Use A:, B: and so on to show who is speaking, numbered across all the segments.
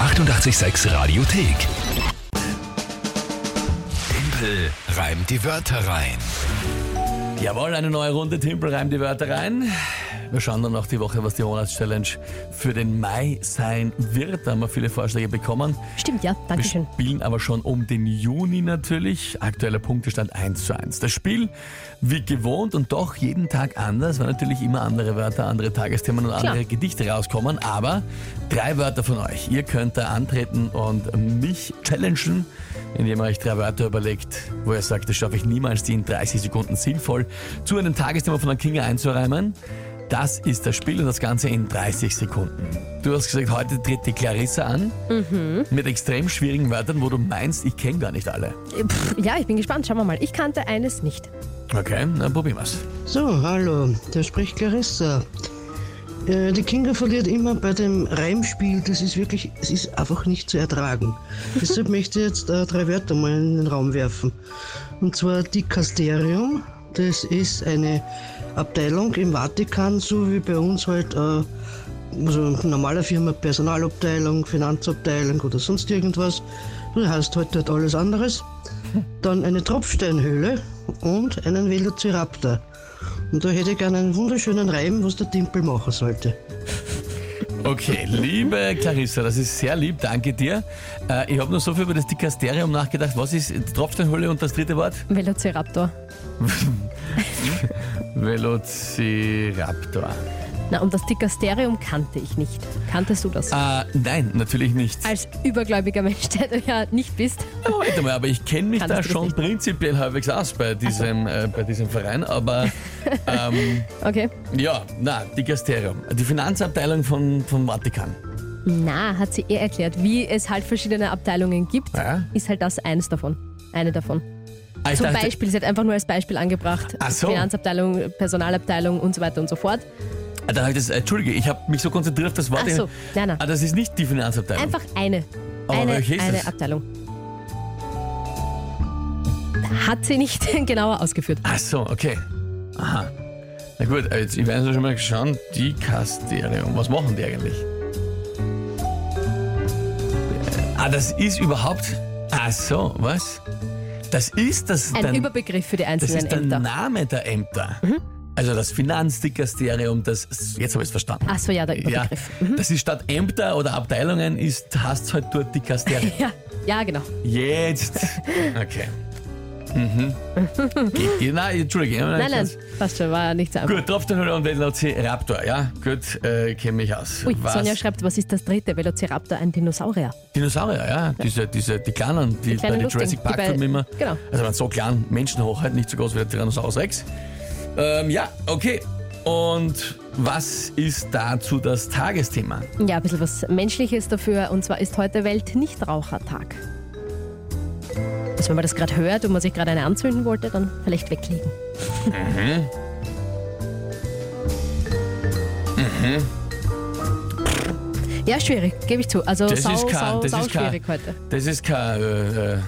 A: 886 Radiothek. Tempel reimt die Wörter rein.
B: Jawohl, eine neue Runde. Timpel reimt die Wörter rein. Wir schauen dann noch die Woche, was die Monatschallenge für den Mai sein wird. Da haben wir viele Vorschläge bekommen.
C: Stimmt, ja.
B: Wir
C: Dankeschön.
B: spielen aber schon um den Juni natürlich. Aktueller Punktestand 1 zu 1. Das Spiel, wie gewohnt und doch jeden Tag anders, weil natürlich immer andere Wörter, andere Tagesthemen und andere Gedichte rauskommen. Aber drei Wörter von euch. Ihr könnt da antreten und mich challengen, indem ihr euch drei Wörter überlegt, wo ihr sagt, das schaffe ich niemals, die in 30 Sekunden sinnvoll zu einem Tagesthema von der Kinga einzureimen. Das ist das Spiel und das Ganze in 30 Sekunden. Du hast gesagt, heute tritt die Clarissa an mit extrem schwierigen Wörtern, wo du meinst, ich kenne gar nicht alle.
C: Pff, ja, ich bin gespannt. Schauen wir mal. Ich kannte eines nicht.
B: Okay, dann probieren wir's.
D: So, hallo, da spricht Clarissa. Äh, die Kinga verliert immer bei dem Reimspiel. Das ist wirklich, es ist einfach nicht zu ertragen. Deshalb möchte ich jetzt äh, drei Wörter mal in den Raum werfen. Und zwar Dikasterium. Das ist eine Abteilung im Vatikan, so wie bei uns halt, äh, also in normaler Firma Personalabteilung, Finanzabteilung oder sonst irgendwas. Das heißt halt dort alles anderes. Dann eine Tropfsteinhöhle und einen Velociraptor. Und da hätte ich gerne einen wunderschönen Reim, was der Timpel machen sollte.
B: Okay, liebe Clarissa, das ist sehr lieb, danke dir. Äh, ich habe nur so viel über das Dikasterium nachgedacht. Was ist die Tropfsteinhöhle und das dritte Wort?
C: Velociraptor.
B: Velociraptor.
C: Na, und das Dikasterium kannte ich nicht. Kanntest du das?
B: Äh, nein, natürlich nicht.
C: Ah. Als übergläubiger Mensch, der du ja nicht bist.
B: Moment mal, aber ich kenne mich
C: Kannst
B: da
C: du das
B: schon
C: nicht?
B: prinzipiell halbwegs aus bei diesem, äh, bei diesem Verein, aber ähm,
C: Okay.
B: ja, na, Dikasterium. Die Finanzabteilung von, vom Vatikan.
C: Na, hat sie eh erklärt, wie es halt verschiedene Abteilungen gibt.
B: Ja.
C: Ist halt das eines davon. Eine davon.
B: Ah, ich
C: Zum
B: dachte-
C: Beispiel, sie hat einfach nur als Beispiel angebracht.
B: Ach so.
C: Finanzabteilung, Personalabteilung und so weiter und so fort.
B: Ah, Dann hab ich das, äh, Entschuldige, ich habe mich so konzentriert auf das Wort.
C: Ach so, nein, nein.
B: Ah, das ist nicht die Finanzabteilung.
C: Einfach eine.
B: Aber
C: eine
B: Oh, welche ist
C: eine
B: es?
C: Abteilung. Hat sie nicht genauer ausgeführt.
B: Ach so, okay. Aha. Na gut, aber jetzt, ich werde schon mal schauen, die Kasterium. Was machen die eigentlich? Äh, Ah, das ist überhaupt. Ach so, was? Das ist das.
C: Ein
B: dann-
C: Überbegriff für die
B: Das
C: einzelnen
B: ist der
C: Ämter. Mhm.
B: Name der Ämter. Also das Finanzdikasterium, das. Jetzt habe ich es verstanden.
C: Ach so, ja, der
B: ja,
C: Überbegriff. Mhm.
B: das ist statt Ämter oder Abteilungen, ist, hast halt dort Dikasterium.
C: Ja, ja genau.
B: Jetzt. Okay. Mhm. Geht ihr? Nein, Entschuldige.
C: Nein, nein, passt schon, war nicht so einfach.
B: Gut, Tropfsteinhöhle und Velociraptor, ja? Gut, äh, kenne mich aus.
C: Ui, Sonja schreibt, was ist das dritte? Velociraptor, ein Dinosaurier.
B: Dinosaurier, ja? Diese, diese, die kleinen, die,
C: kleinen
B: bei den
C: Lustigen,
B: Jurassic
C: die
B: Park
C: bei-
B: Filmen immer.
C: genau.
B: Also waren so klein, menschenhoch halt, nicht so groß wie der Tyrannosaurus Rex. Ähm, ja, okay. Und was ist dazu das Tagesthema?
C: Ja, ein bisschen was Menschliches dafür. Und zwar ist heute Weltnichtrauchertag. Also wenn man das gerade hört und man sich gerade eine anzünden wollte, dann vielleicht weglegen.
B: Mhm. Mhm.
C: Ja, schwierig, gebe ich zu. Also
B: Das
C: sau,
B: ist kein-
C: sau,
B: das
C: sau
B: ist kein-
C: schwierig heute.
B: Das ist kein, äh, äh,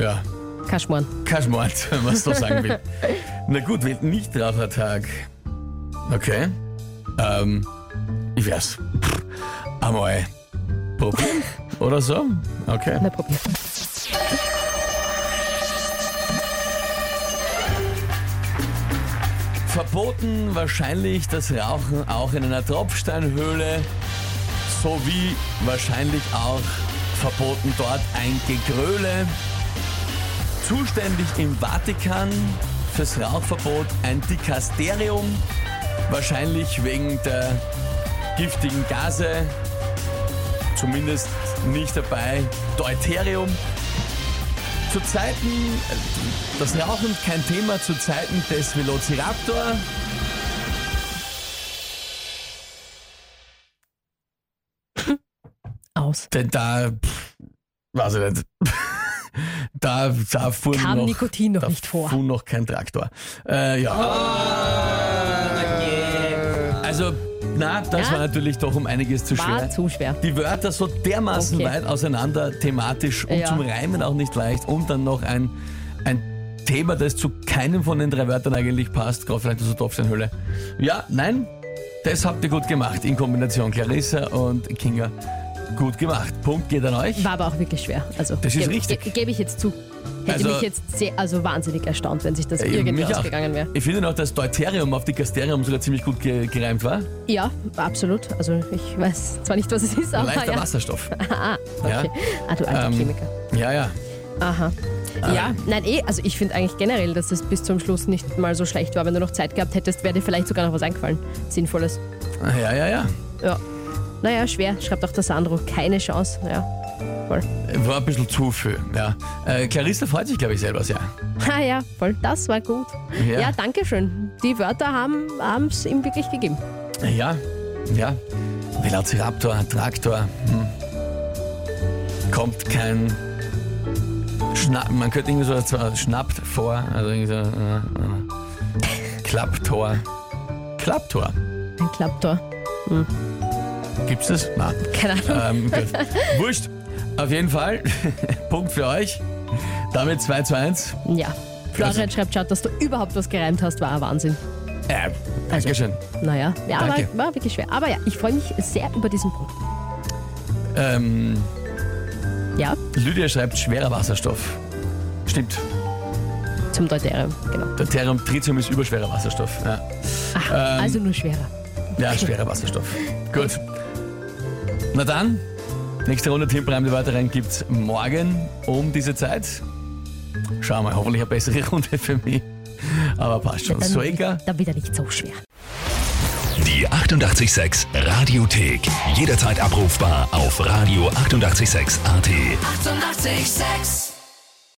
B: ja,
C: Kein Schmarrn.
B: kein Schmort, wenn man es so sagen will. Na gut, Weltnichtrauchertag. Okay. Ähm, ich weiß. Pff, Einmal probieren oder so. Okay.
C: Mal probieren.
B: Verboten wahrscheinlich das Rauchen auch in einer Tropfsteinhöhle, sowie wahrscheinlich auch verboten dort ein Gegröle. Zuständig im Vatikan fürs Rauchverbot ein Dikasterium, wahrscheinlich wegen der giftigen Gase, zumindest nicht dabei Deuterium. Zu Zeiten das Rauchen kein Thema zu Zeiten des Velociraptor.
C: Aus.
B: Denn da, pff, weiß ich nicht, da, da fuhr
C: Kam
B: noch,
C: Nikotin noch
B: da
C: nicht vor.
B: fuhr noch kein Traktor. Äh, ja. Also, na, das
C: Ja?
B: war natürlich doch um einiges zu schwer.
C: War zu schwer.
B: die Wörter so dermaßen
C: Okay.
B: weit auseinander, thematisch und
C: Ja.
B: zum Reimen auch nicht leicht und dann noch ein, ein Thema, das zu keinem von den drei Wörtern eigentlich passt, gerade vielleicht zur Topfsteinhöhle. Ja, nein, das habt ihr gut gemacht in Kombination Clarissa und Kinga. Gut gemacht. Punkt geht an euch.
C: War aber auch wirklich schwer. Also,
B: Das ist
C: gebe-
B: richtig.
C: ge- Gebe ich jetzt zu. Hätte
B: Also-
C: mich jetzt sehr, also wahnsinnig erstaunt, wenn sich das
B: Äh,
C: irgendwie
B: mich auch.
C: ausgegangen wäre.
B: Ich finde noch, dass Deuterium auf die Gasterium sogar ziemlich gut ge gereimt war.
C: Ja, absolut. Also ich weiß zwar nicht, was es ist, aber
B: Leichter
C: ja.
B: Wasserstoff.
C: Ah, okay. Ah, du alter
B: Ähm,
C: Chemiker.
B: Ja, ja.
C: Aha. Ja, nein, eh, also ich finde eigentlich generell, dass es bis zum Schluss nicht mal so schlecht war. Wenn du noch Zeit gehabt hättest, wäre dir vielleicht sogar noch was eingefallen. Sinnvolles.
B: Ja, ja, ja.
C: Ja. Naja, schwer, schreibt auch der Sandro. Keine Chance. Ja. Voll.
B: War ein bisschen zu viel. Ja. Äh, Clarissa freut sich, glaube ich, selber sehr.
C: Ah ja, voll. Das war gut.
B: Ja.
C: Ja, danke schön. Die Wörter haben es ihm wirklich gegeben.
B: Ja, ja. Velociraptor, Traktor. Hm. Kommt kein Schnapp. Man könnte irgendwie so zwar schnappt vor, also irgendwie so äh, äh. Klapptor. Klapptor.
C: Ein Klapptor.
B: Gibt's das? Nein.
C: Keine Ahnung.
B: Ähm, gut. Wurscht. Auf jeden Fall. Punkt für euch. Damit 2 zu 1.
C: Ja. Also Florian schreibt, schaut, dass du überhaupt was gereimt hast, war ein Wahnsinn. Also,
B: Äh, Dankeschön.
C: Naja, ja, aber
B: Danke.
C: war wirklich schwer. Aber ja, ich freue mich sehr über diesen Punkt.
B: Ähm,
C: Ja,
B: Lydia schreibt schwerer Wasserstoff. Stimmt.
C: zum Deuterium, genau.
B: Der Terram Tritium ist überschwerer Wasserstoff. Ja.
C: Ach, also nur schwerer.
B: Ja, schwerer Wasserstoff. Gut. Na dann, nächste Runde Timpelreim die weiteren gibt's morgen um diese Zeit. Schau mal, hoffentlich eine bessere Runde für mich. Aber passt schon.
C: Dann-
B: So egal.
C: Dann wieder nicht so schwer.
A: Die 886 Radiothek. Jederzeit abrufbar auf radio886.at. 886!
E: 886